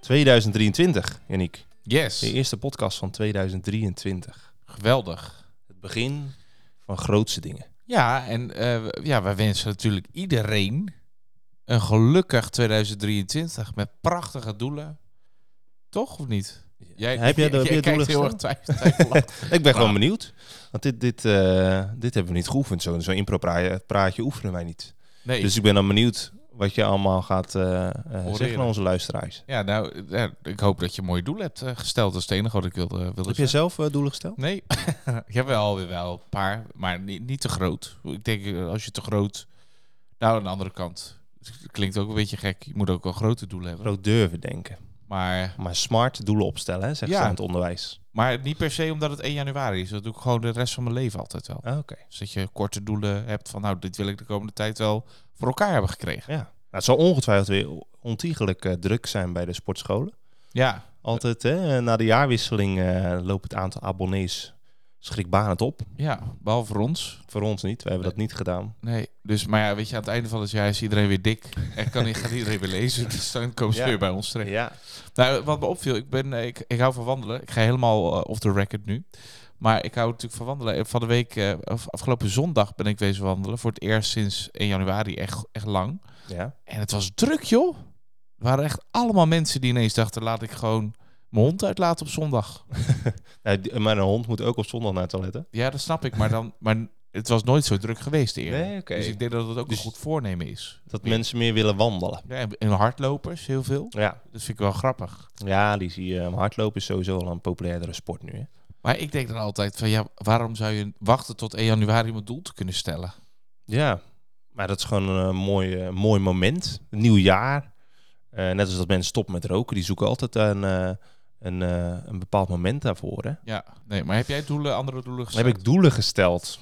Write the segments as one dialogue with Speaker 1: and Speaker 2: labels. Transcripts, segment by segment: Speaker 1: 2023, Yannick. De
Speaker 2: Yes,
Speaker 1: eerste podcast van 2023.
Speaker 2: geweldig.
Speaker 1: Het begin van grootste dingen.
Speaker 2: Ja, en eh, w- ja, wij wensen natuurlijk iedereen een gelukkig 2023 met prachtige doelen. Toch of niet? Jij,
Speaker 1: Heb jij de- heb je
Speaker 2: kijkt
Speaker 1: doelen
Speaker 2: heel erg twijf- twijfelachtig.
Speaker 1: Ik ben gewoon benieuwd. Want dit, dit, eh, dit hebben we niet geoefend. Zo'n zo impro-praatje oefenen wij niet.
Speaker 2: Nee,
Speaker 1: Dus ik ben dan benieuwd wat je allemaal gaat eh, eh, zeggen aan onze luisteraars.
Speaker 2: ja, nou, ja, ik hoop dat je mooie doelen hebt eh, gesteld. Dat is het enige wat ik wilde, wilde
Speaker 1: Heb
Speaker 2: zeggen.
Speaker 1: jij zelf eh, doelen gesteld?
Speaker 2: Nee, jawel, weer wel. Een paar, maar niet, niet te groot. Ik denk, eh, als je te groot... Nou, aan de andere kant. Het klinkt ook een beetje gek. Je moet ook wel grote doelen hebben.
Speaker 1: Groot durven denken.
Speaker 2: Maar
Speaker 1: Maar smart doelen opstellen, hè, zegt
Speaker 2: Ja.
Speaker 1: ze aan het onderwijs.
Speaker 2: Maar niet per se omdat het 1 januari is. Dat doe ik gewoon de rest van mijn leven altijd wel.
Speaker 1: Ah, Oké.
Speaker 2: Dus dat je korte doelen hebt van, nou, dit wil ik de komende tijd wel voor elkaar hebben gekregen.
Speaker 1: Ja. Nou, het zal ongetwijfeld weer ontiegelijk eh, druk zijn bij de sportscholen.
Speaker 2: Ja,
Speaker 1: Altijd, hè, Eh, na de jaarwisseling eh, loopt het aantal abonnees schrikbarend op.
Speaker 2: ja, behalve voor ons.
Speaker 1: Voor ons niet, we hebben dat niet gedaan.
Speaker 2: Nee, dus, maar ja, weet je, aan het einde van het jaar is iedereen weer dik. En kan, gaat iedereen weer lezen. Dus dan komen ze
Speaker 1: Ja.
Speaker 2: weer bij ons terecht.
Speaker 1: Ja.
Speaker 2: Nou, wat me opviel, ik, ben, eh, ik, ik hou van wandelen. Ik ga helemaal eh, off the record nu. Maar ik hou natuurlijk van wandelen. En Van de week, eh, af- afgelopen zondag ben ik wezen wandelen. Voor het eerst sinds 1 januari, echt, echt lang.
Speaker 1: ja.
Speaker 2: En het was druk, joh. Er waren echt allemaal mensen die ineens dachten... laat ik gewoon mijn hond uitlaten op zondag.
Speaker 1: Nou, die- maar een hond moet ook op zondag naar het toilet, hè?
Speaker 2: Ja, dat snap ik. Maar, dan, maar het was nooit zo druk geweest eerder.
Speaker 1: Nee, oké.
Speaker 2: Dus ik denk dat het ook
Speaker 1: Dus-
Speaker 2: een goed voornemen is.
Speaker 1: Dat mensen meer willen wandelen.
Speaker 2: Ja, en- en hardlopers, heel veel.
Speaker 1: Ja,
Speaker 2: Dat vind ik wel grappig.
Speaker 1: ja die zie je. eh, Hardlopen is sowieso al een populairdere sport nu, hè?
Speaker 2: Maar ik denk dan altijd van... ja, waarom zou je wachten tot 1 januari om het doel te kunnen stellen?
Speaker 1: Ja, maar dat is gewoon een mooi, eh, mooi moment. Een nieuw jaar. Eh, net als dat mensen stoppen met roken, die zoeken altijd een, eh, een, eh, een bepaald moment daarvoor. Hè?
Speaker 2: Ja, nee, maar heb jij doelen, andere doelen
Speaker 1: Dan
Speaker 2: gesteld?
Speaker 1: heb ik doelen gesteld.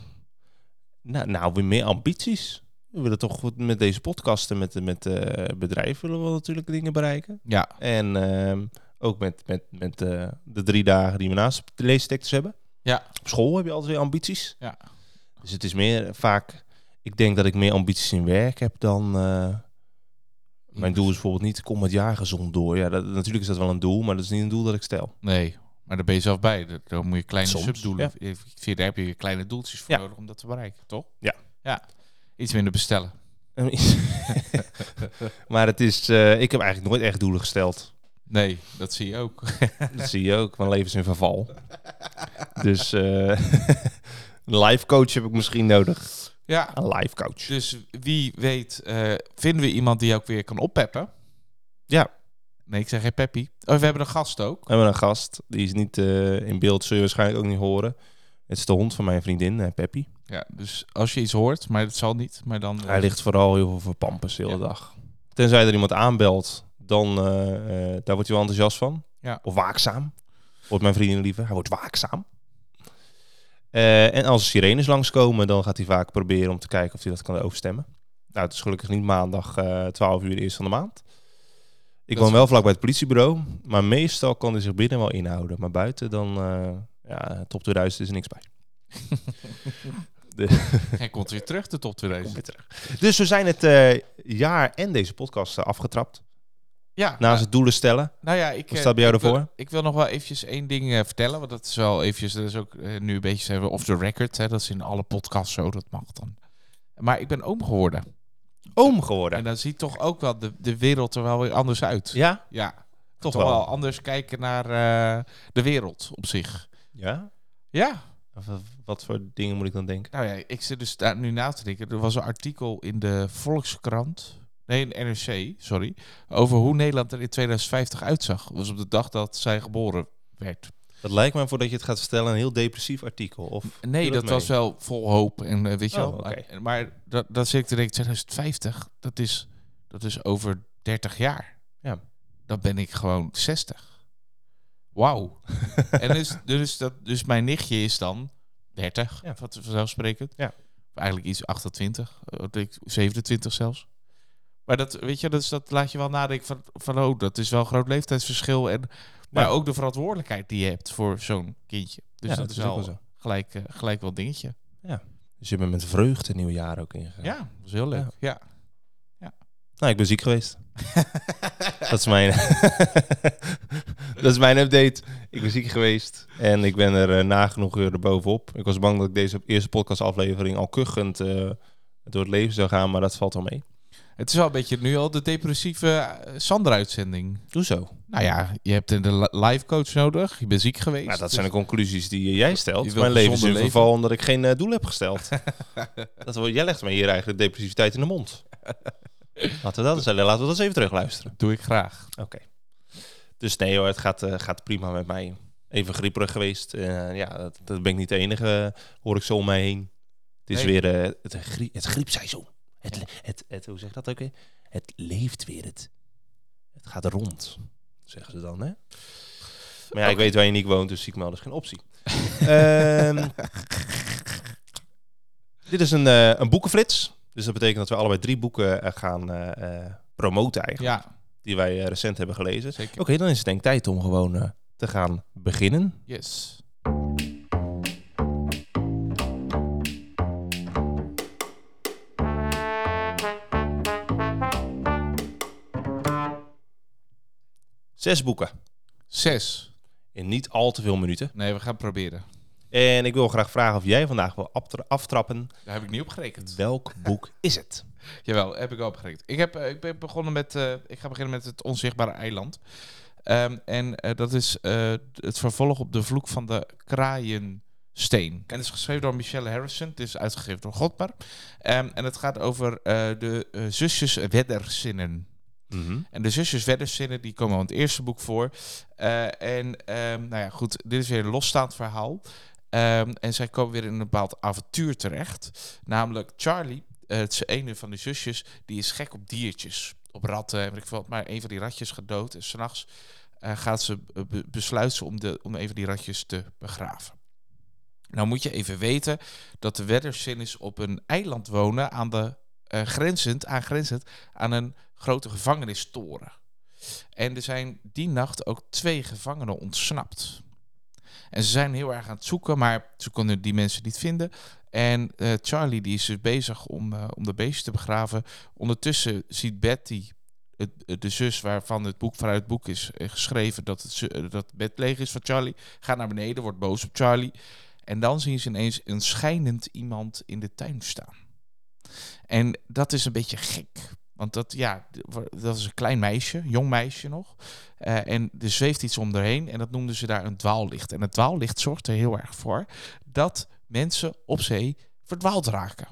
Speaker 1: Nou, nou, weer meer ambities. We willen toch goed met deze podcasten, met, met eh, bedrijven willen we natuurlijk dingen bereiken.
Speaker 2: Ja,
Speaker 1: En ehm, ook met, met, met eh, de drie dagen die we naast de leestectors hebben.
Speaker 2: Ja.
Speaker 1: Op school heb je altijd weer ambities.
Speaker 2: Ja.
Speaker 1: Dus het is meer vaak... Ik denk dat ik meer ambities in werk heb dan... eh,
Speaker 2: Mm.
Speaker 1: mijn doel is bijvoorbeeld niet, kom het jaar gezond door. Ja, dat, natuurlijk is dat wel een doel, maar dat is niet een doel dat ik stel.
Speaker 2: nee, maar daar ben je zelf bij. Daar- Daar moet je kleine
Speaker 1: Soms,
Speaker 2: subdoelen... Ja. Daar heb je kleine doeltjes voor
Speaker 1: Ja.
Speaker 2: nodig om dat te bereiken, toch?
Speaker 1: Ja.
Speaker 2: Ja, iets minder bestellen.
Speaker 1: maar het is... eh, ik heb eigenlijk nooit echt doelen gesteld.
Speaker 2: Nee, dat zie je ook.
Speaker 1: Dat zie je ook, mijn leven is in verval. Dus eh, een life coach heb ik misschien nodig.
Speaker 2: Ja,
Speaker 1: Een life coach.
Speaker 2: dus wie weet eh, vinden we iemand die ook weer kan oppeppen.
Speaker 1: Ja.
Speaker 2: Nee, ik zeg geen Peppy. Oh, we hebben een gast ook.
Speaker 1: We hebben een gast, die is niet eh, in beeld, zul je waarschijnlijk ook niet horen. Het is de hond van mijn vriendin, eh, Peppy.
Speaker 2: Ja, dus als je iets hoort, maar dat zal niet, maar dan... eh,
Speaker 1: Hij ligt vooral heel veel voor pampers de hele
Speaker 2: Ja.
Speaker 1: dag. Tenzij er iemand aanbelt, dan eh, eh, daar wordt hij wel enthousiast van.
Speaker 2: Ja.
Speaker 1: Of waakzaam, wordt mijn vriendin liever. Hij wordt waakzaam. Eh, en als sirenes langskomen, dan gaat hij vaak proberen om te kijken of hij dat kan overstemmen. Nou, het is gelukkig niet maandag eh 12 uur de eerste van de maand. Ik
Speaker 2: Dat
Speaker 1: woon
Speaker 2: is-
Speaker 1: wel vlak bij het politiebureau, maar meestal kan hij zich binnen wel inhouden. Maar buiten dan, eh, ja, top 2000 is er niks bij.
Speaker 2: eh, Hij komt weer terug, de top 2000.
Speaker 1: Komt weer terug. Dus we zijn het eh, jaar en deze podcast eh, afgetrapt.
Speaker 2: Ja,
Speaker 1: Naast het doelen stellen.
Speaker 2: nou ja, ik...
Speaker 1: Wat
Speaker 2: eh,
Speaker 1: staat bij jou
Speaker 2: ik wil-
Speaker 1: ervoor?
Speaker 2: Ik wil nog wel eventjes één ding eh, vertellen, want dat is wel eventjes, dat is ook eh, nu een beetje zijn we off the record, hè, dat is in alle podcasts zo, dat mag dan. Maar ik ben oom geworden.
Speaker 1: Oom geworden.
Speaker 2: En dan ziet toch ook wel de, de wereld er wel weer anders uit.
Speaker 1: Ja?
Speaker 2: Ja,
Speaker 1: Toch
Speaker 2: toch,
Speaker 1: wel.
Speaker 2: wel. anders kijken naar eh, de wereld op zich.
Speaker 1: Ja?
Speaker 2: Ja,
Speaker 1: Of, eh, Wat voor dingen moet ik dan denken?
Speaker 2: nou ja, ik zit dus daar nu na te denken. Er was een artikel in de Volkskrant, nee, in NRC, sorry, over hoe Nederland er in 2050 uitzag. Dat was op de dag dat zij geboren werd.
Speaker 1: Dat lijkt me voordat je het gaat vertellen een heel depressief artikel. Of
Speaker 2: Nee,
Speaker 1: Doe
Speaker 2: dat
Speaker 1: mee.
Speaker 2: was eh, wel vol hoop en eh, weet je
Speaker 1: Oh,
Speaker 2: wel.
Speaker 1: oké.
Speaker 2: Maar- Maar dat, dat zit ik te denken, 2050, dat is, dat is over 30 jaar.
Speaker 1: Ja.
Speaker 2: Dan ben ik gewoon 60. Wauw. en dus, dus, dat, dus mijn nichtje is dan 30,
Speaker 1: Ja.
Speaker 2: wat vanzelfsprekend.
Speaker 1: Ja.
Speaker 2: Eigenlijk iets 28, eh, ik denk 27 zelfs. Maar dat, weet je, dus dat laat je wel nadenken van, van oh, dat is wel een groot leeftijdsverschil. En, maar
Speaker 1: Ja.
Speaker 2: ook de verantwoordelijkheid die je hebt voor zo'n kindje. Dus
Speaker 1: Ja,
Speaker 2: dat, is wel,
Speaker 1: ook wel zo.
Speaker 2: gelijk, eh, gelijk wel dingetje.
Speaker 1: Dus je bent met vreugde het nieuwe jaar ook ingegaan.
Speaker 2: Ja, dat was heel leuk. Ja.
Speaker 1: Nou, ik ben ziek geweest. dat, is mijn dat is mijn update. Ik ben ziek geweest en ik ben er eh, nagenoeg weer bovenop. Ik was bang dat ik deze eerste podcastaflevering al kuchend eh, door het leven zou gaan, maar dat valt wel mee.
Speaker 2: Het is wel een beetje nu al de depressieve eh, Sander-uitzending.
Speaker 1: Doe zo.
Speaker 2: Nou ja, je hebt een li- life coach nodig. Je bent ziek geweest.
Speaker 1: Nou, dat
Speaker 2: Dus-
Speaker 1: zijn de conclusies die eh, jij
Speaker 2: Je
Speaker 1: stelt.
Speaker 2: wilt
Speaker 1: Mijn leven is in
Speaker 2: gezonder
Speaker 1: verval omdat ik geen eh, doel heb gesteld. dat, wil- jij legt mij hier eigenlijk depressiviteit in de mond. Laten we dat eens, eh, laten we dat eens even terugluisteren.
Speaker 2: doe ik graag.
Speaker 1: Oké. Dus nee hoor, het gaat, eh, gaat prima met mij. Even grieperig geweest. Eh, ja, dat, dat ben ik niet de enige, eh, hoor ik zo om mij heen. Het is
Speaker 2: Nee.
Speaker 1: weer eh, het, grie- het griepseizoen. Het, le- het, het, hoe zeg je dat ook weer? Het leeft weer. Het, het gaat rond, zeggen ze dan, hè? Maar ja, ik weet waar je niet woont, dus ziek melden is geen optie. Ehm, dit is een, eh, een boekenflits. Dus dat betekent dat we allebei drie boeken eh, gaan eh, eh, promoten eigenlijk.
Speaker 2: Ja,
Speaker 1: Die wij eh, recent hebben gelezen.
Speaker 2: zeker.
Speaker 1: Oké, dan is het denk ik tijd om gewoon eh, te gaan beginnen.
Speaker 2: Yes.
Speaker 1: Zes boeken
Speaker 2: Zes.
Speaker 1: in niet al te veel minuten.
Speaker 2: Nee, we gaan proberen.
Speaker 1: En ik wil graag vragen of jij vandaag wil aftra- aftrappen.
Speaker 2: Daar heb ik niet op gerekend.
Speaker 1: Welk boek is het?
Speaker 2: Jawel, heb ik wel opgerekend. Ik, heb, eh, ik ben begonnen met. eh, ik ga beginnen met het onzichtbare eiland. Ehm, en eh, dat is eh, het vervolg op de vloek van de kraaiensteen. En het is geschreven door Michelle Harrison. Het is uitgegeven door Godmer. Ehm, en het gaat over eh, de eh, zusjes Wedderzinnen. En de zusjes Wedderzinnen, die komen al in het eerste boek voor. Eh, en ehm, nou ja, goed, dit is weer een losstaand verhaal. Ehm, en zij komen weer in een bepaald avontuur terecht. Namelijk Charlie, eh, het is ene van de zusjes, die is gek op diertjes. Op ratten en weet ik veel wat. Maar een van die ratjes gaat dood. En s'nachts eh gaat ze eh, be- besluiten om, de, om een van die ratjes te begraven. Nou moet je even weten dat de Wedderzinners op een eiland wonen aan de, eh, grenzend, aangrenzend aan een grote gevangenistoren. En er zijn die nacht ook twee gevangenen ontsnapt. En ze zijn heel erg aan het zoeken, maar ze konden die mensen niet vinden. En eh, Charlie die is dus bezig om, eh, om de beestje te begraven. Ondertussen ziet Betty, het, het- de zus waarvan het boek vanuit het boek is eh, geschreven, dat het, zu- eh, dat het bed leeg is van Charlie. Gaat naar beneden, wordt boos op Charlie. En dan zien ze ineens een schijnend iemand in de tuin staan. En dat is een beetje gek. Want dat, ja, d- dat is een klein meisje, een jong meisje nog. Eh, en er zweeft iets om erheen en dat noemden ze daar een dwaallicht. En het dwaallicht zorgt er heel erg voor dat mensen op zee verdwaald raken.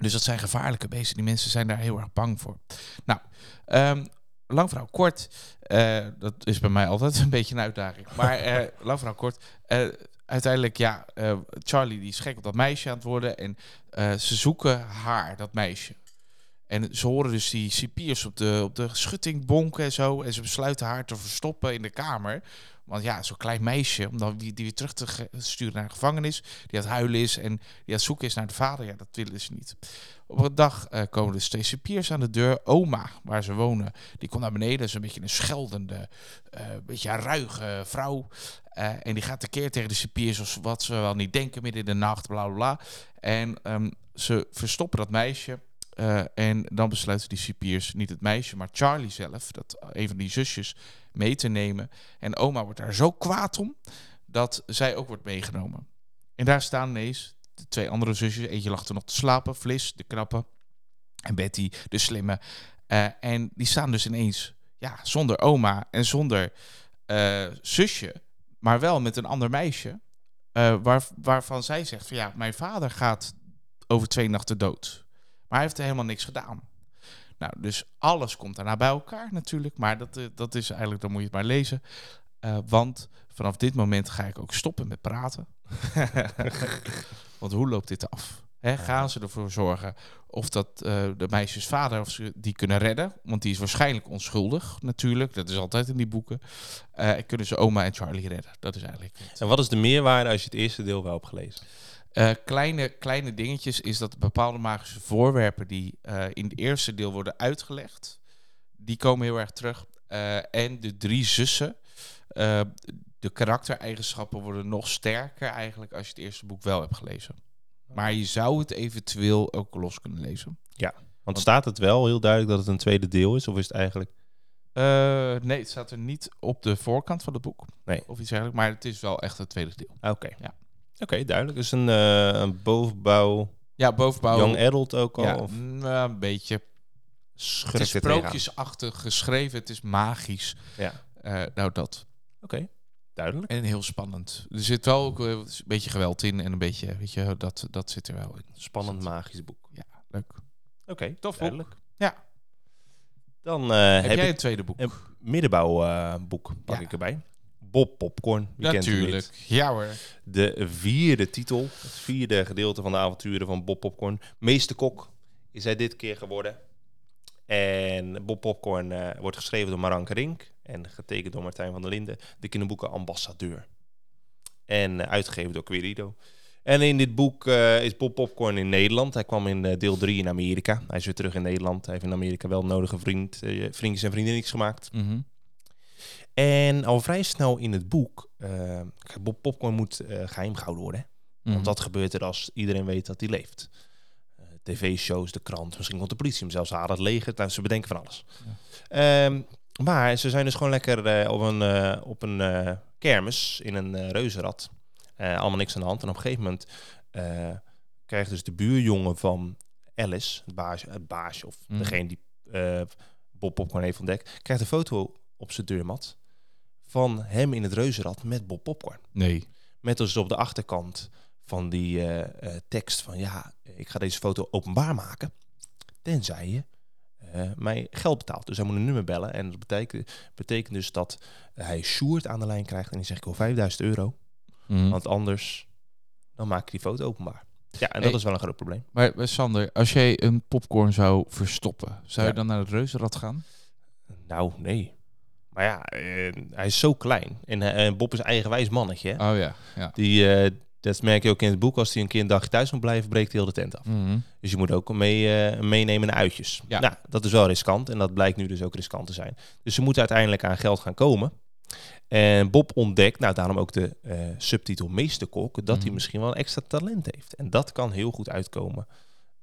Speaker 2: Dus dat zijn gevaarlijke beesten. Die mensen zijn daar heel erg bang voor. Nou, ehm, lang verhaal kort. Eh, dat is bij mij altijd een beetje een uitdaging. Maar eh, lang verhaal kort. eh, uiteindelijk, ja, eh, Charlie die is gek op dat meisje aan het worden. En eh, ze zoeken haar, dat meisje. En ze horen dus die cipiers op de, op de schutting bonken en zo. En ze besluiten haar te verstoppen in de kamer. Want ja, zo'n klein meisje, om dan die, die weer terug te ge- sturen naar de gevangenis. Die aan het huilen is en die aan het zoeken is naar de vader. Ja, dat willen ze niet. Op een dag eh, komen dus twee cipiers aan de deur. Oma, waar ze wonen, die komt naar beneden. Dat is een beetje een scheldende, eh, beetje ruige vrouw. Eh, en die gaat tekeer tegen de cipiers, of wat ze wel niet denken, midden in de nacht, bla bla bla. En ehm, ze verstoppen dat meisje. Eh, en dan besluiten die cipiers, niet het meisje, maar Charlie zelf, dat een van die zusjes, mee te nemen. En oma wordt daar zo kwaad om, dat zij ook wordt meegenomen. En daar staan ineens de twee andere zusjes. Eentje lag er nog te slapen, Flis, de knappe. En Betty, de slimme. Eh, en die staan dus ineens, ja, zonder oma en zonder eh, zusje, maar wel met een ander meisje. eh, waar, waarvan zij zegt van ja, mijn vader gaat over twee nachten dood. Maar hij heeft er helemaal niks gedaan. Nou, dus alles komt daarna bij elkaar natuurlijk. Maar dat, eh, dat is eigenlijk, dan moet je het maar lezen. Eh, want vanaf dit moment ga ik ook stoppen met praten. want hoe loopt dit af? Hè, gaan ze ervoor zorgen of dat eh, de meisjes vader of ze die kunnen redden? Want die is waarschijnlijk onschuldig natuurlijk. Dat is altijd in die boeken. Eh, en kunnen ze oma en Charlie redden? Dat is eigenlijk het.
Speaker 1: En wat is de meerwaarde als je het eerste deel wel hebt gelezen?
Speaker 2: Eh, kleine, kleine dingetjes is dat bepaalde magische voorwerpen die eh, in het eerste deel worden uitgelegd, die komen heel erg terug. Eh, en de drie zussen, eh, de karaktereigenschappen worden nog sterker eigenlijk als je het eerste boek wel hebt gelezen. Maar je zou het eventueel ook los kunnen lezen.
Speaker 1: Want Want staat het wel heel duidelijk dat het een tweede deel is? Of is het eigenlijk...
Speaker 2: Eh, nee, het staat er niet op de voorkant van het boek.
Speaker 1: Nee.
Speaker 2: Of iets dergelijks. Maar het is wel echt het tweede deel.
Speaker 1: Ah, Oké.
Speaker 2: Ja.
Speaker 1: Oké, duidelijk. Dus een, eh, een bovenbouw...
Speaker 2: Ja, bovenbouw.
Speaker 1: Young adult ook al?
Speaker 2: Oh. ja,
Speaker 1: of
Speaker 2: mm, eh, een beetje. Het
Speaker 1: schrikt
Speaker 2: is
Speaker 1: er tegenaan?
Speaker 2: sprookjesachtig geschreven. Het is magisch.
Speaker 1: Ja.
Speaker 2: Eh, nou, dat.
Speaker 1: Oké, duidelijk.
Speaker 2: En heel spannend. Er zit wel ook eh, een beetje geweld in. En een beetje, weet je, dat, dat zit er wel in.
Speaker 1: Spannend magisch boek.
Speaker 2: Leuk.
Speaker 1: Oké,
Speaker 2: Tof boek.
Speaker 1: duidelijk.
Speaker 2: Ja.
Speaker 1: Dan eh,
Speaker 2: Heb,
Speaker 1: heb,
Speaker 2: jij
Speaker 1: ik
Speaker 2: het tweede boek?
Speaker 1: heb- middenbouwboek pak
Speaker 2: Ja.
Speaker 1: ik erbij. Bob Popcorn, wie kent hem
Speaker 2: Natuurlijk.
Speaker 1: niet?
Speaker 2: Ja hoor.
Speaker 1: De vierde titel, het vierde gedeelte van de avonturen van Bob Popcorn. Meesterkok is hij dit keer geworden. En Bob Popcorn eh, wordt geschreven door Maranke Rink en getekend door Martijn van der Linden. De kinderboeken Ambassadeur. En eh, uitgegeven door Querido. En in dit boek eh, is Bob Popcorn in Nederland. Hij kwam in eh, deel 3 in Amerika. Hij is weer terug in Nederland. Hij heeft in Amerika wel nodige vriend, eh, vriendjes en vriendinnetjes gemaakt.
Speaker 2: Mhm.
Speaker 1: En al vrij snel in het boek... eh, kijk, Bob Popcorn moet eh, geheim gehouden worden. hè?
Speaker 2: Mhm.
Speaker 1: Want dat gebeurt er als iedereen weet dat hij leeft. Eh, TV-shows, de krant, misschien komt de politie hem zelfs halen, het leger. Nou, ze bedenken van alles. Ehm, maar ze zijn dus gewoon lekker eh, op een, eh, op een eh, kermis in een eh, reuzenrad. Eh, allemaal niks aan de hand. En op een gegeven moment eh, krijgt dus de buurjongen van Alice, het baasje, het baasje of
Speaker 2: Mhm.
Speaker 1: degene die eh, Bob Popcorn heeft ontdekt, krijgt een foto op zijn deurmat van hem in het reuzenrad met Bob Popcorn.
Speaker 2: Nee.
Speaker 1: Met dus op de achterkant van die eh, eh, tekst van ja, ik ga deze foto openbaar maken. Tenzij je eh, mij geld betaalt. Dus hij moet een nummer bellen. En dat betekent, betekent dus dat hij Sjoerd aan de lijn krijgt. En die zegt ik wil 5000 euro.
Speaker 2: Mhm. Hm.
Speaker 1: Want anders dan maak ik die foto openbaar. Ja, en dat
Speaker 2: Hey.
Speaker 1: is wel een groot probleem.
Speaker 2: Maar eh, Sander, als jij een popcorn zou verstoppen, zou je
Speaker 1: Ja.
Speaker 2: dan naar het reuzenrad gaan?
Speaker 1: Nou, nee. Maar ja, eh, hij is zo klein. En eh, Bob is een eigenwijs mannetje. hè.
Speaker 2: Oh ja. ja.
Speaker 1: Die, eh, dat merk je ook in het boek. Als hij een keer een dag thuis moet blijven, breekt hij heel de tent af.
Speaker 2: Mhm.
Speaker 1: Dus je moet ook mee, eh, meenemen naar uitjes.
Speaker 2: Ja.
Speaker 1: Nou, dat is wel riskant en dat blijkt nu dus ook riskant te zijn. Dus ze moeten uiteindelijk aan geld gaan komen. En Bob ontdekt, nou daarom ook de eh, subtitel Meesterkok, dat hij
Speaker 2: Mhm.
Speaker 1: misschien wel een extra talent heeft. En dat kan heel goed uitkomen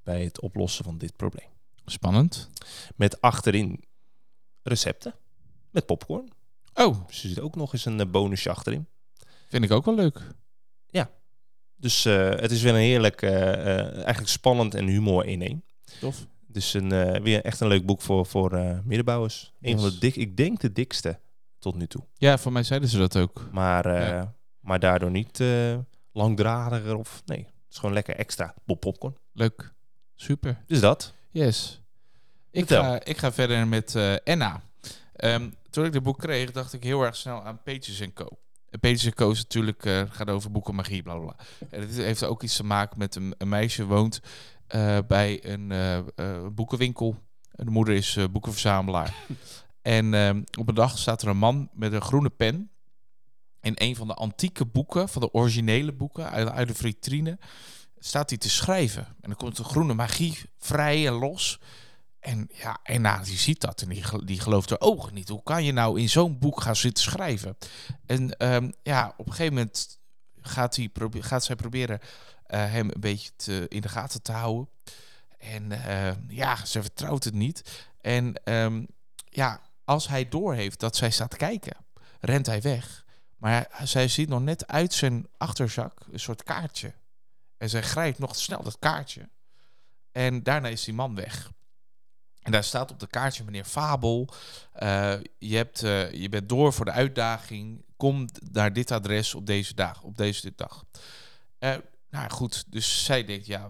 Speaker 1: bij het oplossen van dit probleem.
Speaker 2: Spannend.
Speaker 1: Met achterin recepten met popcorn.
Speaker 2: Oh,
Speaker 1: Dus er zit ook nog eens een eh, bonusje achterin.
Speaker 2: vind ik ook wel leuk.
Speaker 1: Dus eh, het is weer een heerlijk, eh, eh, eigenlijk spannend en humor in één.
Speaker 2: Tof.
Speaker 1: Dus een, eh, weer echt een leuk boek voor, voor eh, middenbouwers. Een
Speaker 2: Yes.
Speaker 1: van de dik, ik denk de dikste tot nu toe.
Speaker 2: Ja, voor mij zeiden ze dat ook.
Speaker 1: Maar, eh,
Speaker 2: Ja.
Speaker 1: maar daardoor niet eh, langdradiger of nee. Het is gewoon lekker extra Bob popcorn.
Speaker 2: Leuk. Super.
Speaker 1: Dus dat.
Speaker 2: Yes. Ik
Speaker 1: Vertel.
Speaker 2: ga, ik ga verder met eh, Enna. Ehm, toen ik dit boek kreeg, dacht ik heel erg snel aan Pages Co. En Pages Co is natuurlijk, eh, gaat over boeken, magie, bla bla. bla. En het heeft ook iets te maken met een, een meisje woont eh, bij een eh, eh, boekenwinkel. En De moeder is eh, boekenverzamelaar. en ehm, op een dag staat er een man met een groene pen in een van de antieke boeken, van de originele boeken uit, uit de vitrine, staat hij te schrijven. En dan komt de groene magie vrij en los. En ja, en nou, die ziet dat en die, gel- die gelooft haar ogen niet. Hoe kan je nou in zo'n boek gaan zitten schrijven? En ehm, ja, op een gegeven moment gaat, hij probe- gaat zij proberen eh, hem een beetje te, in de gaten te houden. En eh, ja, ze vertrouwt het niet. En ehm, ja, als hij doorheeft dat zij staat te kijken, rent hij weg. Maar hij- zij ziet nog net uit zijn achterzak een soort kaartje. En zij grijpt nog snel dat kaartje. En daarna is die man weg. En daar staat op de kaartje meneer Fabel. eh, je, hebt, eh, je bent door voor de uitdaging. Kom naar dit adres op deze dag. Op deze dit dag. Eh, nou goed, dus zij denkt ja,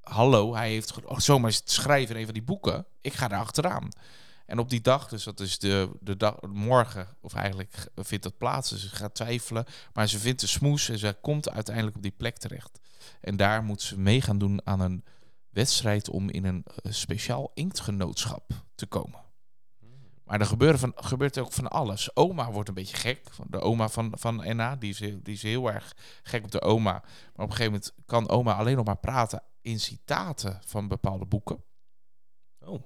Speaker 2: hallo, hij heeft ge- oh, zomaar zitten schrijven in een van die boeken. Ik ga daar achteraan. En op die dag, dus dat is de, de dag morgen, of eigenlijk g- vindt dat plaats. Dus ze gaat twijfelen. Maar ze vindt de smoes en ze komt uiteindelijk op die plek terecht. En daar moet ze mee gaan doen aan een wedstrijd om in een eh, speciaal inktgenootschap te komen. Maar er gebeuren van, gebeurt ook van alles. Oma wordt een beetje gek. De oma van, van NA, die is, heel- die is heel erg gek op de oma. Maar op een gegeven moment kan oma alleen nog maar praten in citaten van bepaalde boeken.
Speaker 1: Oh.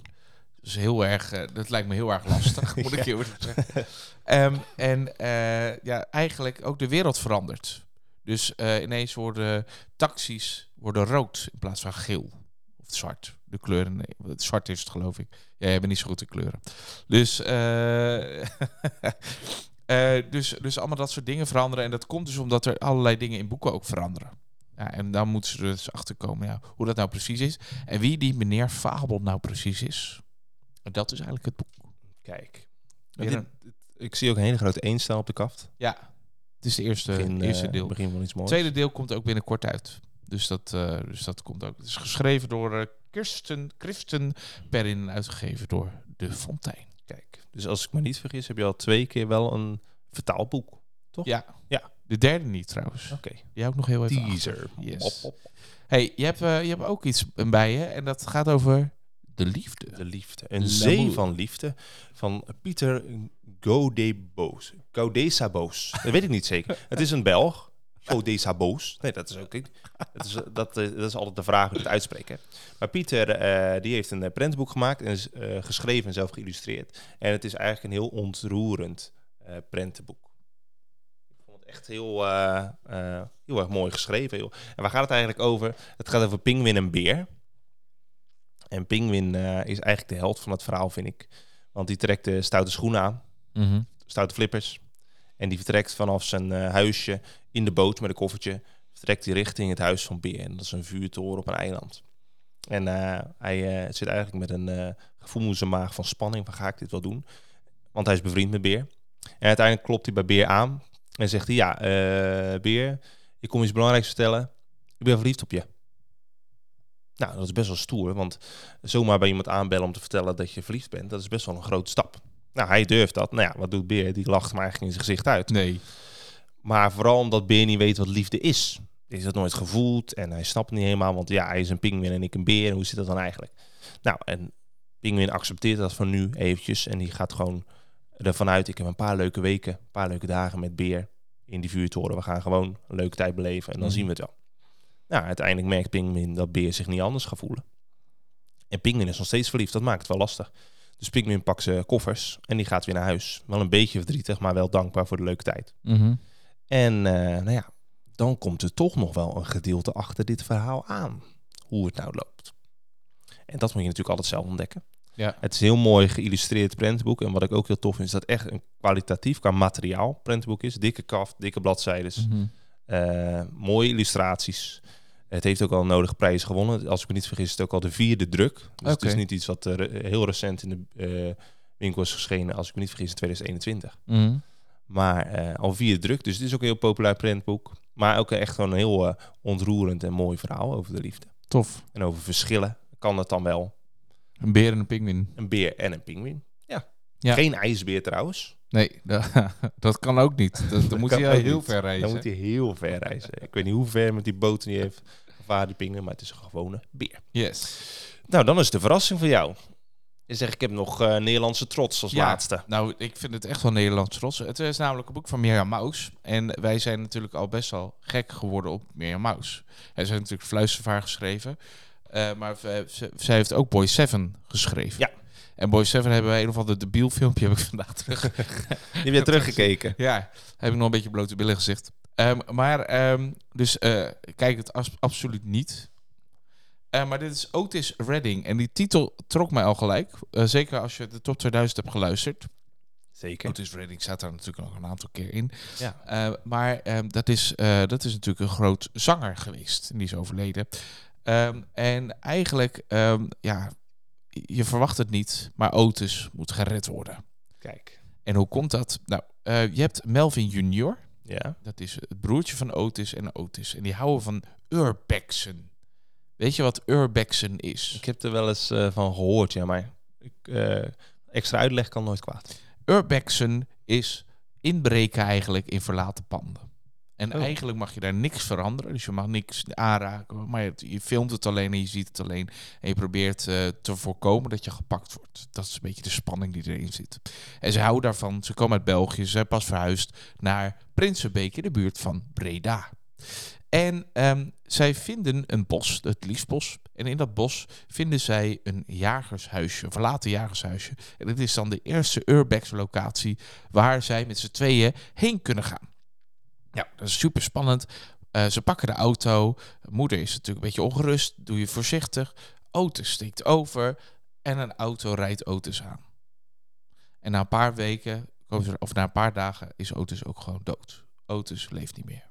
Speaker 2: Dus heel erg, eh, dat lijkt me heel erg lastig, moet ik je eerlijk zeggen. Ehm, en eh, ja, eigenlijk ook de wereld verandert. Dus eh, ineens worden taxis worden rood in plaats van geel. Of zwart. De kleuren, nee, want het zwart is het geloof ik. Jij hebt niet zo goed in kleuren. Dus, eh, eh, dus, dus allemaal dat soort dingen veranderen. En dat komt dus omdat er allerlei dingen in boeken ook veranderen. Ja, en daar moeten ze er dus achter komen ja, hoe dat nou precies is. En wie die meneer Fabel nou precies is. En Dat is eigenlijk het boek.
Speaker 1: Kijk.
Speaker 2: Weer
Speaker 1: Dit-
Speaker 2: een-
Speaker 1: Ik zie ook een hele grote eenstijl op de kaft.
Speaker 2: ja, het is de eerste,
Speaker 1: Begin, eh,
Speaker 2: eerste deel.
Speaker 1: begin van iets
Speaker 2: Het
Speaker 1: moois.
Speaker 2: tweede deel komt ook binnenkort uit. Dus dat, eh, dus dat komt ook. Het is geschreven door eh, Kirsten, Christen Perrin en uitgegeven door De Fontein.
Speaker 1: Kijk. Dus als ik me niet vergis, heb je al twee keer wel een vertaalboek. Oké.
Speaker 2: De derde niet trouwens. Die hou ik nog heel even achter.
Speaker 1: Teaser.
Speaker 2: Yes. Hey, je hebt, eh, je hebt ook iets bij je en dat gaat over de liefde.
Speaker 1: De liefde. Een
Speaker 2: L'amour.
Speaker 1: zee van liefde van Pieter Godeboos. Godesaboos. Dat weet ik niet zeker. Het is een Belg. Godesaboos. Nee, dat is ook niet. Dat is, dat, eh, dat is altijd de vraag hoe je het uitspreken. Maar Pieter eh, die heeft een eh, prentboek gemaakt en is eh, geschreven en zelf geïllustreerd. En het is eigenlijk een heel ontroerend eh, prentenboek. Ik vond het echt heel, eh, eh, heel erg mooi geschreven. Heel. En waar gaat het eigenlijk over? Het gaat over Pinguïn en Beer. En Pinguïn eh, is eigenlijk de held van het verhaal, vind ik. Want die trekt de stoute schoenen aan,
Speaker 2: Mhm.
Speaker 1: stoute flippers. En die vertrekt vanaf zijn eh, huisje in de boot met een koffertje. Vertrekt hij richting het huis van Beer. En dat is een vuurtoren op een eiland. En eh, hij eh, zit eigenlijk met een eh gevoel in zijn maag van spanning. Van ga ik dit wel doen? Want hij is bevriend met Beer. En uiteindelijk klopt hij bij Beer aan. En zegt hij, ja, eh, Beer, ik kom iets belangrijks vertellen. Ik ben verliefd op je. Nou, dat is best wel stoer. Want zomaar bij iemand aanbellen om te vertellen dat je verliefd bent, dat is best wel een grote stap. Nou, hij durft dat. Nou ja, wat doet Beer? Die lacht hem eigenlijk in zijn gezicht uit.
Speaker 2: Nee.
Speaker 1: Maar vooral omdat Beer niet weet wat liefde is. Hij is dat nooit gevoeld en hij snapt het niet helemaal. Want ja, hij is een pinguïn en ik een beer. En hoe zit dat dan eigenlijk? Nou, en pinguïn accepteert dat voor nu eventjes. En die gaat gewoon ervan uit. Ik heb een paar leuke weken, een paar leuke dagen met Beer in die vuurtoren. We gaan gewoon een leuke tijd beleven en dan
Speaker 2: Mhm.
Speaker 1: zien we het wel. Nou, uiteindelijk merkt pinguïn dat Beer zich niet anders gaat voelen. En pinguïn is nog steeds verliefd. Dat maakt het wel lastig. Dus pinguïn pakt zijn koffers en die gaat weer naar huis. Wel een beetje verdrietig, maar wel dankbaar voor de leuke tijd.
Speaker 2: Mhm.
Speaker 1: En eh, nou ja, dan komt er toch nog wel een gedeelte achter dit verhaal aan. Hoe het nou loopt. En dat moet je natuurlijk altijd zelf ontdekken.
Speaker 2: Ja.
Speaker 1: Het is een heel mooi geïllustreerd prentboek. En wat ik ook heel tof vind, is dat het echt een kwalitatief qua materiaal prentboek is. Dikke kaft, dikke bladzijdes,
Speaker 2: Mhm.
Speaker 1: eh, mooie illustraties. Het heeft ook al een nodige prijs gewonnen. Als ik me niet vergis, is het ook al de vierde druk. Dus het
Speaker 2: Oké.
Speaker 1: is niet iets wat eh, re- heel recent in de eh, winkel is geschenen. Als ik me niet vergis, in 2021.
Speaker 2: Mhm.
Speaker 1: Maar eh, al vier druk, dus het is ook een heel populair prentboek. Maar ook echt gewoon een heel eh, ontroerend en mooi verhaal over de liefde.
Speaker 2: Tof.
Speaker 1: En over verschillen. Kan het dan wel
Speaker 2: Een beer en een pinguïn.
Speaker 1: een beer en een pinguïn? Ja.
Speaker 2: Ja.
Speaker 1: Geen ijsbeer trouwens.
Speaker 2: Nee, da- dat kan ook niet. Dat, dan moet
Speaker 1: kan
Speaker 2: hij
Speaker 1: ook
Speaker 2: heel
Speaker 1: niet.
Speaker 2: ver reizen.
Speaker 1: Dan moet hij heel ver reizen. Ik weet niet hoe ver met die boot die heeft. Of waar die pinguïn, maar het is een gewone beer.
Speaker 2: Yes.
Speaker 1: Nou, dan is de verrassing voor jou. Je zegt, ik heb nog eh, Nederlandse trots als
Speaker 2: Ja.
Speaker 1: laatste.
Speaker 2: Nou, ik vind het echt wel Nederlands trots. Het is namelijk een boek van Mirjam Maus. En wij zijn natuurlijk al best wel gek geworden op Mirjam Maus. Hij heeft natuurlijk Fluistervaar geschreven. eh, maar v- z- zij heeft ook Boy Seven geschreven.
Speaker 1: Ja.
Speaker 2: En Boy Seven hebben wij een of ander debiel filmpje heb ik vandaag terug.
Speaker 1: Die heb je teruggekeken.
Speaker 2: Ja, heb ik nog een beetje blote billen gezegd. Ehm, maar, ehm, dus eh, kijk het abs- absoluut niet. Eh, maar dit is Otis Redding. En die titel trok mij al gelijk. Eh, zeker als je de top 2000 hebt geluisterd.
Speaker 1: Zeker.
Speaker 2: Otis Redding staat daar natuurlijk nog een aantal keer in.
Speaker 1: Ja.
Speaker 2: Eh, maar ehm, dat, is, eh, dat is natuurlijk een groot zanger geweest. En die is overleden. Ehm, en eigenlijk, ehm, ja, je verwacht het niet. Maar Otis moet gered worden.
Speaker 1: Kijk.
Speaker 2: En hoe komt dat? Nou, eh, je hebt Melvin Junior.
Speaker 1: Ja.
Speaker 2: Dat is het broertje van Otis en Otis. En die houden van urbexen. Weet je wat urbexen is?
Speaker 1: Ik heb er wel eens eh, van gehoord, ja, maar ik, eh, extra uitleg kan nooit kwaad.
Speaker 2: Urbexen is inbreken eigenlijk in verlaten panden. En
Speaker 1: Oh.
Speaker 2: eigenlijk mag je daar niks veranderen. Dus je mag niks aanraken. Maar je, je filmt het alleen en je ziet het alleen. En je probeert eh, te voorkomen dat je gepakt wordt. Dat is een beetje de spanning die erin zit. En ze houden daarvan. Ze komen uit België. Ze zijn pas verhuisd naar Prinsenbeek in de buurt van Breda. En ehm, zij vinden een bos, het Liesbos. En in dat bos vinden zij een jagershuisje, een verlaten jagershuisje. En dit is dan de eerste Urbex-locatie waar zij met z'n tweeën heen kunnen gaan. Ja, dat is super Eh, spannend. ze pakken de auto. Moeder is natuurlijk een beetje ongerust. Doe je voorzichtig. Otis steekt over en een auto rijdt Otis aan. En na een paar weken, komen ze er- of na een paar dagen, is Otis ook gewoon dood. Otis leeft niet meer.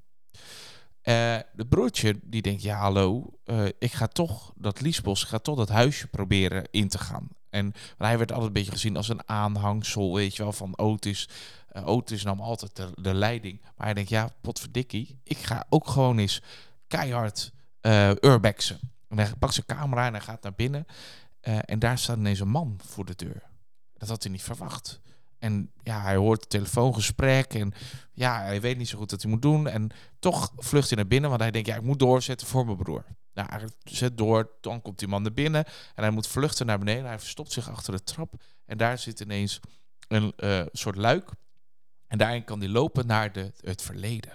Speaker 2: Eh, de broertje die denkt, ja hallo, eh, ik ga toch dat Liesbos, ik ga toch dat huisje proberen in te gaan. En want hij werd altijd een beetje gezien als een aanhangsel, weet je wel, van Otis. Eh, Otis nam altijd de, de leiding. Maar hij denkt, ja, potverdikkie, ik ga ook gewoon eens keihard eh urbexen. En hij pakt zijn camera en hij gaat naar binnen. Eh, en daar staat ineens een man voor de deur. Dat had hij niet verwacht. En ja, hij hoort het telefoongesprek en ja, hij weet niet zo goed wat hij moet doen. En toch vlucht hij naar binnen, want hij denkt, ja, ik moet doorzetten voor mijn broer. Nou, hij zet door, dan komt die man naar binnen en hij moet vluchten naar beneden. Hij verstopt zich achter de trap en daar zit ineens een eh, soort luik. En daarin kan hij lopen naar de, het verleden.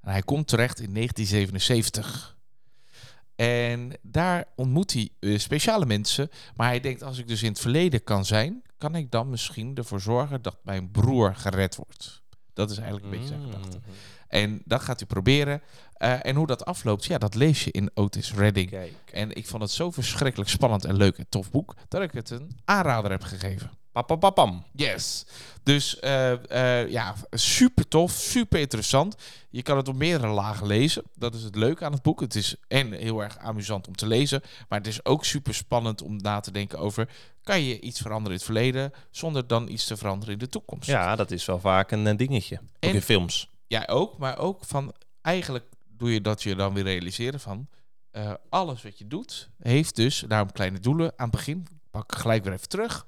Speaker 2: En hij komt terecht in 1977. En daar ontmoet hij eh, speciale mensen. Maar hij denkt, als ik dus in het verleden kan zijn... kan ik dan misschien ervoor zorgen dat mijn broer gered wordt. Dat is eigenlijk een beetje
Speaker 1: Mm.
Speaker 2: zijn gedachte. En dat gaat hij proberen. Eh, en hoe dat afloopt, ja, dat lees je in Otis Redding.
Speaker 1: Kijk.
Speaker 2: En ik vond het zo verschrikkelijk spannend en leuk en tof boek... dat ik het een aanrader heb gegeven.
Speaker 1: Papapapam.
Speaker 2: Yes. Dus eh, eh, ja, super tof, super interessant. Je kan het op meerdere lagen lezen. Dat is het leuke aan het boek. Het is en heel erg amusant om te lezen. Maar het is ook super spannend om na te denken over... kan je iets veranderen in het verleden... zonder dan iets te veranderen in de toekomst?
Speaker 1: Ja, dat is wel vaak een eh, dingetje. Ook
Speaker 2: En-
Speaker 1: in films.
Speaker 2: Ja, ook, maar ook van eigenlijk doe je dat je dan weer realiseren van eh, alles wat je doet heeft dus daarom kleine doelen aan het begin. Pak ik gelijk weer even terug.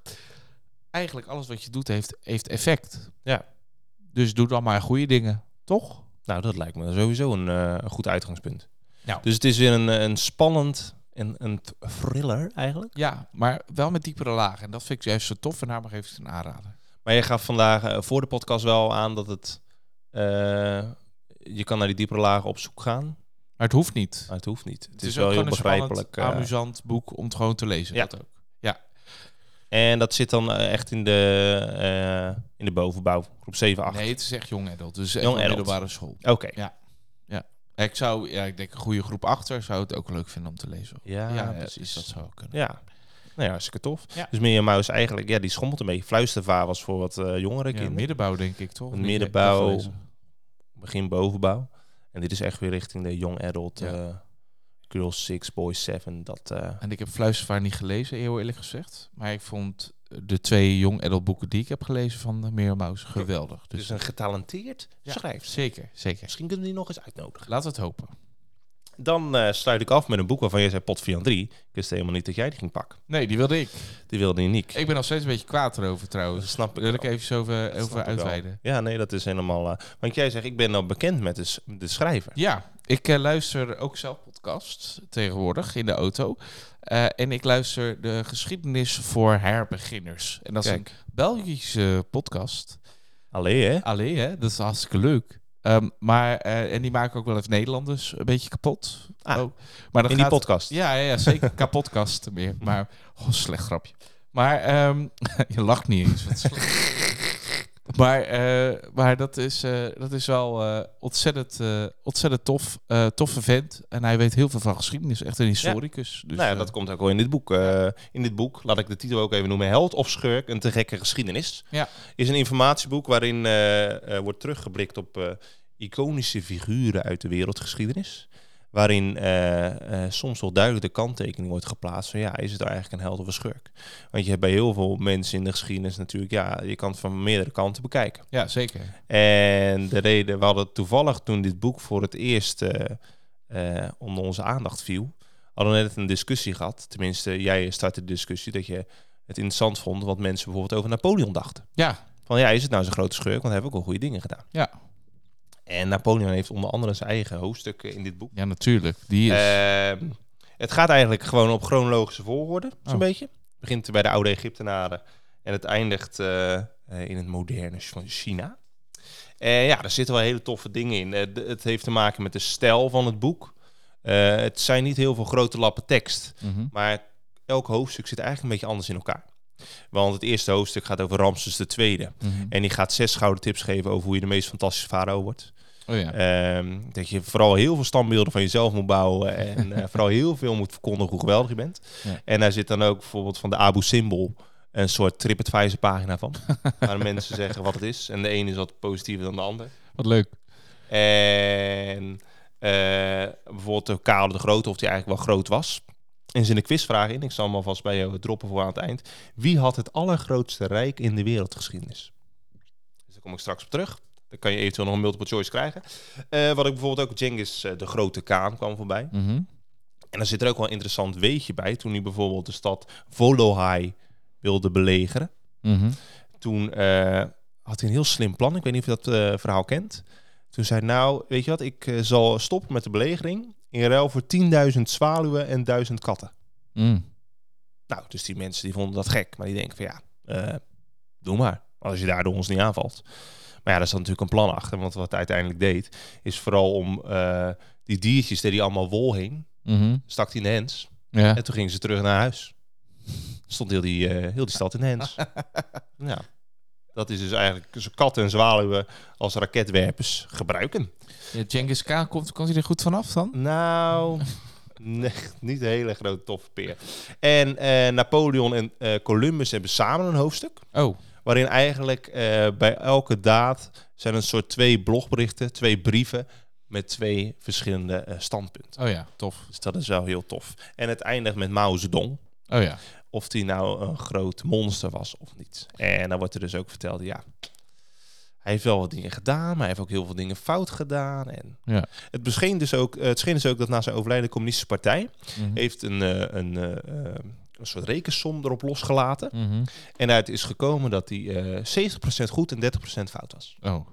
Speaker 2: Eigenlijk alles wat je doet heeft, heeft effect.
Speaker 1: Ja.
Speaker 2: Dus doe dan maar goede dingen, toch?
Speaker 1: Nou, dat lijkt me sowieso een, eh, een goed uitgangspunt.
Speaker 2: Nou.
Speaker 1: Dus het is weer een, eh, een spannend, een, een th- thriller eigenlijk.
Speaker 2: Ja, maar wel met diepere lagen. En dat vind ik juist zo tof en daarom geef ik het een aanrader.
Speaker 1: Maar je gaf vandaag eh, voor de podcast wel aan dat het... eh, je kan naar die diepere lagen op zoek gaan,
Speaker 2: Maar het hoeft niet.
Speaker 1: maar het hoeft niet. Het, is,
Speaker 2: ook
Speaker 1: wel heel
Speaker 2: gewoon een spannend,
Speaker 1: begrijpelijk. eh,
Speaker 2: amusant boek om het gewoon te lezen.
Speaker 1: Ja.
Speaker 2: Dat ook.
Speaker 1: en dat zit dan eh, echt in de, eh, in de bovenbouw, groep 7, 8.
Speaker 2: Nee, het is echt jong adult. Dus echt
Speaker 1: Young
Speaker 2: wel
Speaker 1: adult.
Speaker 2: middelbare school.
Speaker 1: Oké.
Speaker 2: Ik zou, ja, ik denk een goede groep achter zou het ook leuk vinden om te lezen.
Speaker 1: Ja,
Speaker 2: ja,
Speaker 1: precies.
Speaker 2: Dat zou kunnen.
Speaker 1: Ja. Nou ja, hartstikke tof.
Speaker 2: Ja.
Speaker 1: Dus Mirjam Muis eigenlijk, ja, die schommelt een beetje. Fluistervaar was voor wat eh, jongere
Speaker 2: Ja,
Speaker 1: kinderen.
Speaker 2: middenbouw denk ik toch?
Speaker 1: Een
Speaker 2: Niet-
Speaker 1: middenbouw.
Speaker 2: niet gelezen.
Speaker 1: Begin bovenbouw. En dit is echt weer richting de young adult.
Speaker 2: Ja.
Speaker 1: eh, girls 6, boys 7. Dat, eh,
Speaker 2: En ik heb Fluistervaar niet gelezen, heel eerlijk gezegd. Maar ik vond de twee jong adult boeken die ik heb gelezen van Mirjam Maus geweldig.
Speaker 1: dus
Speaker 2: Dus
Speaker 1: een getalenteerd
Speaker 2: Ja.
Speaker 1: schrijft.
Speaker 2: zeker, zeker.
Speaker 1: Misschien kunnen we die nog eens uitnodigen.
Speaker 2: Laat het hopen.
Speaker 1: Dan eh, sluit ik af met een boek waarvan jij zei pot 4 en 3. Ik wist helemaal niet dat jij die ging pakken.
Speaker 2: Nee, die wilde ik.
Speaker 1: Die wilde Niek.
Speaker 2: Ik ben nog steeds een beetje kwaad erover
Speaker 1: Dat
Speaker 2: trouwens.
Speaker 1: snap ik
Speaker 2: Daar wil
Speaker 1: wel.
Speaker 2: ik even zo eh, over,
Speaker 1: Dat snap
Speaker 2: over
Speaker 1: ik wel.
Speaker 2: uitweiden.
Speaker 1: Ja, nee, dat is helemaal... eh, want jij zegt, ik ben al bekend met de, s- de schrijver.
Speaker 2: Ja, ik eh, luister ook zelf podcast tegenwoordig in de auto. Eh, en ik luister de geschiedenis voor herbeginners. En dat is
Speaker 1: Kijk.
Speaker 2: een Belgische podcast.
Speaker 1: Allee, hè?
Speaker 2: Allee, hè? Dat is hartstikke leuk. Ehm, maar, eh, en die maken ook wel eens Nederlanders een beetje kapot.
Speaker 1: Ah,
Speaker 2: Oh, maar dat
Speaker 1: In die
Speaker 2: gaat-
Speaker 1: podcast.
Speaker 2: ja, ja, ja, zeker. Kapotkast meer. Maar, oh, slecht grapje. Maar, ehm, je lacht niet eens. Wat slecht. maar, eh, maar dat is, eh, dat is wel eh, ontzettend, eh, ontzettend tof. eh toffe vent. En hij weet heel veel van geschiedenis. Echt een historicus. Dus,
Speaker 1: nou ja,
Speaker 2: eh,
Speaker 1: dat komt ook wel in dit boek. Eh, in dit boek, laat ik de titel ook even noemen, Held of Schurk, een te gekke geschiedenis.
Speaker 2: Ja.
Speaker 1: Is een informatieboek waarin eh, eh, wordt teruggeblikt op eh, iconische figuren uit de wereldgeschiedenis. Waarin eh, eh, soms wel duidelijk de kanttekening wordt geplaatst van ja, is het nou eigenlijk een held of een schurk? Want je hebt bij heel veel mensen in de geschiedenis natuurlijk, ja, je kan het van meerdere kanten bekijken.
Speaker 2: ja, zeker.
Speaker 1: En de reden, we hadden toevallig toen dit boek voor het eerst eh, eh, onder onze aandacht viel, hadden we net een discussie gehad. Tenminste, jij startte de discussie dat je het interessant vond wat mensen bijvoorbeeld over Napoleon dachten.
Speaker 2: Ja,
Speaker 1: Van ja, is het nou zo'n grote schurk? Want hij heeft ook wel goede dingen gedaan.
Speaker 2: Ja.
Speaker 1: En Napoleon heeft onder andere zijn eigen hoofdstuk in dit boek.
Speaker 2: ja, natuurlijk. Die is...
Speaker 1: Ehm, het gaat eigenlijk gewoon op chronologische volgorde, zo'n
Speaker 2: Oh.
Speaker 1: beetje. Het begint bij de oude Egyptenaren en het eindigt eh, eh, in het moderne Ch- van China. Eh, ja, er zitten wel hele toffe dingen in. Eh, d- het heeft te maken met de stijl van het boek. Eh, het zijn niet heel veel grote lappen tekst,
Speaker 2: Mhm.
Speaker 1: maar elk hoofdstuk zit eigenlijk een beetje anders in elkaar. Want het eerste hoofdstuk gaat over Ramses II.
Speaker 2: Mhm.
Speaker 1: En die gaat zes gouden tips geven over hoe je de meest fantastische farao wordt.
Speaker 2: Oh ja.
Speaker 1: Ehm, dat je vooral heel veel standbeelden van jezelf moet bouwen. En eh, vooral heel veel moet verkondigen hoe geweldig je bent.
Speaker 2: Ja.
Speaker 1: En daar zit dan ook bijvoorbeeld van de Abu Simbel een soort TripAdvisor pagina van. waar mensen zeggen wat het is. En de ene is wat positiever dan de ander.
Speaker 2: Wat leuk.
Speaker 1: En eh, bijvoorbeeld de Karel de Grote, of die eigenlijk wel groot was. En ze in de quizvraag in, ik zal hem alvast bij jou droppen voor aan het eind. Wie had het allergrootste rijk in de wereldgeschiedenis? Dus daar kom ik straks op terug. Dan kan je eventueel nog een multiple choice krijgen. Eh, wat ik bijvoorbeeld ook, Genghis eh, de Grote Kaan kwam voorbij.
Speaker 2: Mhm.
Speaker 1: En daar zit er ook wel een interessant weetje bij. Toen hij bijvoorbeeld de stad Volohai wilde belegeren.
Speaker 2: Mhm.
Speaker 1: Toen eh, had hij een heel slim plan. Ik weet niet of je dat eh, verhaal kent. Toen zei hij, nou, weet je wat, ik eh, zal stoppen met de belegering. In ruil voor 10.000 zwaluwen en 1000 katten.
Speaker 2: Mm.
Speaker 1: Nou, dus die mensen die vonden dat gek. Maar die denken van ja, eh, doe maar. Als je daardoor ons niet aanvalt. Maar ja, daar zat natuurlijk een plan achter. Want wat hij uiteindelijk deed, is vooral om eh, die diertjes die hij allemaal wol hing,
Speaker 2: Mhm.
Speaker 1: stak hij in de hens.
Speaker 2: Ja.
Speaker 1: En toen gingen ze terug naar huis. Stond heel die, eh, heel die stad in de hens. ja. Dat is dus eigenlijk zo katten en zwaluwen als raketwerpers gebruiken.
Speaker 2: ja Genghis Khan, komt, komt hij er goed vanaf dan?
Speaker 1: Nou, nee, niet een hele grote toffe peer. En eh, Napoleon en eh, Columbus hebben samen een hoofdstuk.
Speaker 2: Oh.
Speaker 1: Waarin eigenlijk eh, bij elke daad zijn een soort twee blogberichten, twee brieven met twee verschillende eh, standpunten.
Speaker 2: Oh ja, tof.
Speaker 1: Dus dat is wel heel tof. En het eindigt met Mao Zedong.
Speaker 2: Oh ja.
Speaker 1: of die nou een groot monster was of niet. En dan wordt er dus ook verteld, ja, hij heeft wel wat dingen gedaan, maar hij heeft ook heel veel dingen fout gedaan. En
Speaker 2: Ja.
Speaker 1: het, bescheen dus ook, eh, het scheen dus ook dat na zijn overlijden de communistische partij
Speaker 2: Mhm.
Speaker 1: heeft een, eh, een, eh, eh, een soort rekensom erop losgelaten.
Speaker 2: Mhm.
Speaker 1: En uit is gekomen dat hij eh 70% goed en 30% fout was.
Speaker 2: Oh.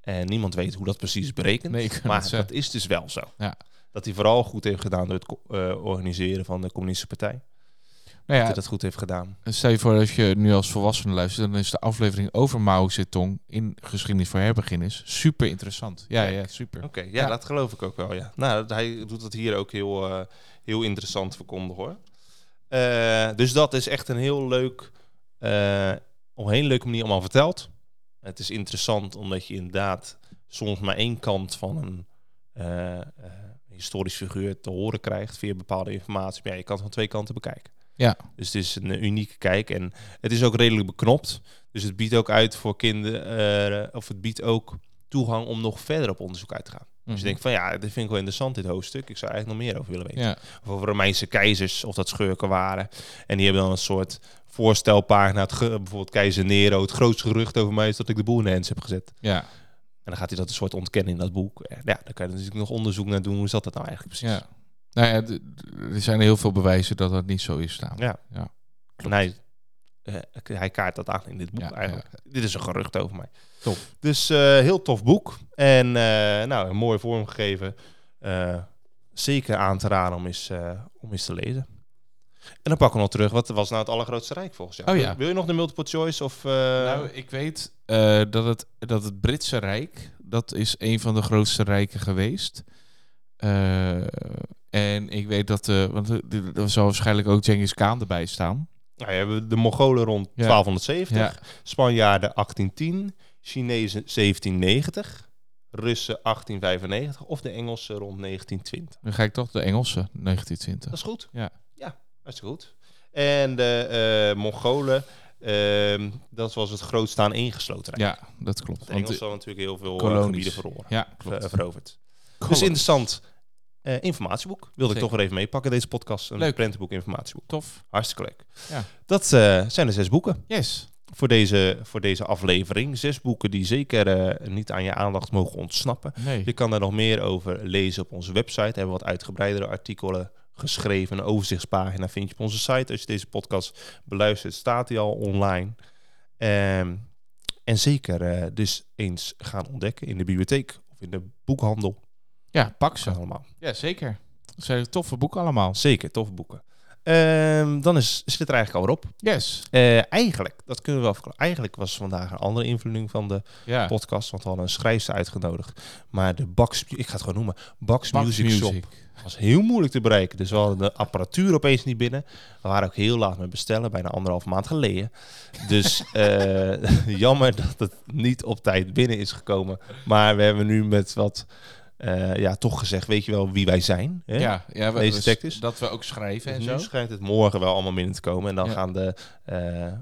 Speaker 1: En niemand weet hoe dat precies berekent,
Speaker 2: Nee, ik kan
Speaker 1: maar
Speaker 2: het
Speaker 1: dat
Speaker 2: zeggen.
Speaker 1: is dus wel zo.
Speaker 2: Ja.
Speaker 1: Dat hij vooral goed heeft gedaan door het co- eh, organiseren van de communistische partij.
Speaker 2: Nou
Speaker 1: Dat hij
Speaker 2: ja,
Speaker 1: dat goed heeft gedaan.
Speaker 2: stel je voor als je nu als volwassene luistert, dan is de aflevering over Mao Zedong in geschiedenis voor herbeginners super interessant. Ja,
Speaker 1: Kijk. Oh,
Speaker 2: ja, super.
Speaker 1: Oké, ja,
Speaker 2: Ja.
Speaker 1: dat geloof ik ook wel, ja. Nou, dat- hij doet dat hier ook heel, eh, heel interessant verkondigen, hoor. Eh, dus dat is echt een heel leuk, eh, op een hele leuke manier allemaal verteld. Het is interessant omdat je inderdaad soms maar één kant van een eh, eh, historisch figuur te horen krijgt via bepaalde informatie. Maar ja, je kan het van twee kanten bekijken.
Speaker 2: Ja.
Speaker 1: Dus het is een eh, unieke kijk en het is ook redelijk beknopt. Dus het biedt ook uit voor kinderen, eh, of het biedt ook toegang om nog verder op onderzoek uit te gaan.
Speaker 2: Mhm.
Speaker 1: Dus je denkt van ja, dit vind ik wel interessant, dit hoofdstuk. Ik zou eigenlijk nog meer over willen weten.
Speaker 2: ja.
Speaker 1: Of over Romeinse keizers, of dat schurken waren. En die hebben dan een soort voorstelpagina. Het ge- bijvoorbeeld keizer Nero. Het grootste gerucht over mij is dat ik de boel in de hens heb gezet.
Speaker 2: ja,
Speaker 1: En dan gaat hij dat een soort ontkennen in dat boek. Eh, Ja, daar kan je natuurlijk nog onderzoek naar doen. Hoe zat dat nou eigenlijk precies?
Speaker 2: Ja. Nou ja, d- d- er zijn heel veel bewijzen dat dat niet zo is. Nou.
Speaker 1: Ja.
Speaker 2: Ja.
Speaker 1: En hij, eh, hij kaart dat aan in dit boek
Speaker 2: Ja,
Speaker 1: eigenlijk. Dit is een gerucht over mij.
Speaker 2: Tof.
Speaker 1: Dus eh, heel tof boek. En eh, nou, een mooi vormgegeven. Eh, zeker aan te raden om eens, eh, om eens te lezen. En dan pakken we nog terug. Wat was nou het allergrootste rijk volgens jou?
Speaker 2: Oh ja.
Speaker 1: Wil je nog de multiple choice? Of, eh,
Speaker 2: Nou, ik weet eh, dat, het, dat het Britse Rijk, dat is een van de grootste rijken geweest. Eh, en ik weet dat, eh, want er- er er zal waarschijnlijk ook Genghis Khan erbij staan.
Speaker 1: nou, je hebt de Mongolen rond
Speaker 2: Ja.
Speaker 1: 1270.
Speaker 2: Ja.
Speaker 1: Spanjaarden 1810. Chinezen 1790. Russen 1895. Of de Engelsen rond 1920.
Speaker 2: Dan ga ik toch de Engelse 1920.
Speaker 1: Dat is goed.
Speaker 2: Ja.
Speaker 1: Ja, dat is goed. En de eh, Mongolen, ehm, dat was het grootste aan ingesloten rijk.
Speaker 2: Ja, dat klopt.
Speaker 1: De
Speaker 2: Want,
Speaker 1: Engelsen hadden natuurlijk heel veel eh,
Speaker 2: kolonies.
Speaker 1: gebieden verloren,
Speaker 2: ja,
Speaker 1: ver-
Speaker 2: klopt.
Speaker 1: veroverd. Dus
Speaker 2: Klopt.
Speaker 1: interessant eh, informatieboek. Wilde ik
Speaker 2: Zeker.
Speaker 1: toch weer even meepakken, deze podcast. Een
Speaker 2: Leuk.
Speaker 1: prentenboek, informatieboek.
Speaker 2: Tof.
Speaker 1: Hartstikke leuk.
Speaker 2: Ja.
Speaker 1: Dat eh, zijn de zes boeken
Speaker 2: Yes.
Speaker 1: voor deze, voor deze aflevering. Zes boeken die zeker eh, niet aan je aandacht mogen ontsnappen.
Speaker 2: Nee.
Speaker 1: Je kan daar nog meer over lezen op onze website. Hebben we wat uitgebreidere artikelen geschreven. Een overzichtspagina vind je op onze site. Als je deze podcast beluistert, staat die al online. Ehm, en zeker eh, dus eens gaan ontdekken in de bibliotheek of in de boekhandel.
Speaker 2: Ja, pak
Speaker 1: Zo
Speaker 2: ze.
Speaker 1: allemaal.
Speaker 2: Ja, zeker. Dat zijn toffe boeken allemaal.
Speaker 1: Zeker, toffe boeken. Ehm, dan is, zit er eigenlijk al op.
Speaker 2: Yes.
Speaker 1: Eh, eigenlijk, dat kunnen we wel verklaren. Eigenlijk was vandaag een andere invulling van de
Speaker 2: Ja.
Speaker 1: podcast, want we hadden een schrijfster uitgenodigd. Maar de Bax, ik ga het gewoon noemen, Bax,
Speaker 2: Bax
Speaker 1: Music, Shop was heel moeilijk te bereiken. Dus we hadden de apparatuur opeens niet binnen. We waren ook heel laat met bestellen, bijna anderhalf maand geleden. Dus eh, jammer dat het niet op tijd binnen is gekomen. Maar we hebben nu met wat, eh, ja, toch gezegd, weet je wel wie wij zijn. Hè?
Speaker 2: Ja, ja we,
Speaker 1: Deze
Speaker 2: we-
Speaker 1: tekst is.
Speaker 2: dat we ook schrijven
Speaker 1: Dus
Speaker 2: en
Speaker 1: nu
Speaker 2: zo.
Speaker 1: schijnt het morgen wel allemaal binnen te komen. En dan
Speaker 2: Ja.
Speaker 1: gaan, de, eh,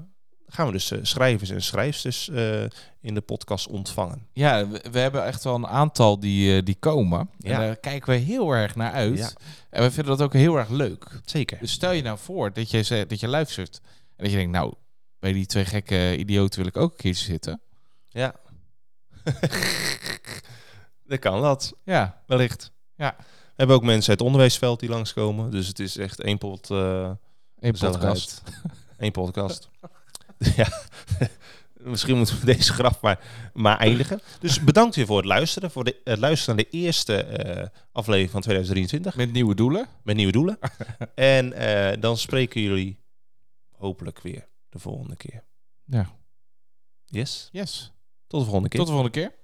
Speaker 1: gaan we dus eh, schrijvers en schrijfsters eh, in de podcast ontvangen.
Speaker 2: Ja, we, we hebben echt wel een aantal die, eh, die komen.
Speaker 1: Ja.
Speaker 2: En daar kijken we heel erg naar uit.
Speaker 1: Ja.
Speaker 2: En we vinden dat ook heel erg leuk.
Speaker 1: Zeker.
Speaker 2: Dus stel je nou voor dat je, ze- dat je luistert en dat je denkt, nou, bij die twee gekke idioten wil ik ook een keertje zitten.
Speaker 1: Ja. dat kan dat,
Speaker 2: Ja,
Speaker 1: wellicht.
Speaker 2: Ja.
Speaker 1: We hebben ook mensen uit het onderwijsveld die langskomen. Dus het is echt één pot eh
Speaker 2: een podcast.
Speaker 1: gezelligheid. Eén podcast. ja. Misschien moeten we deze grap maar, maar eindigen. Dus bedankt weer voor het luisteren. Voor de, het luisteren naar de eerste eh, aflevering van 2023.
Speaker 2: Met nieuwe doelen.
Speaker 1: met nieuwe doelen. en eh, dan spreken jullie hopelijk weer de volgende keer.
Speaker 2: Ja.
Speaker 1: Yes.
Speaker 2: Yes.
Speaker 1: Tot de volgende keer.
Speaker 2: Tot de volgende keer.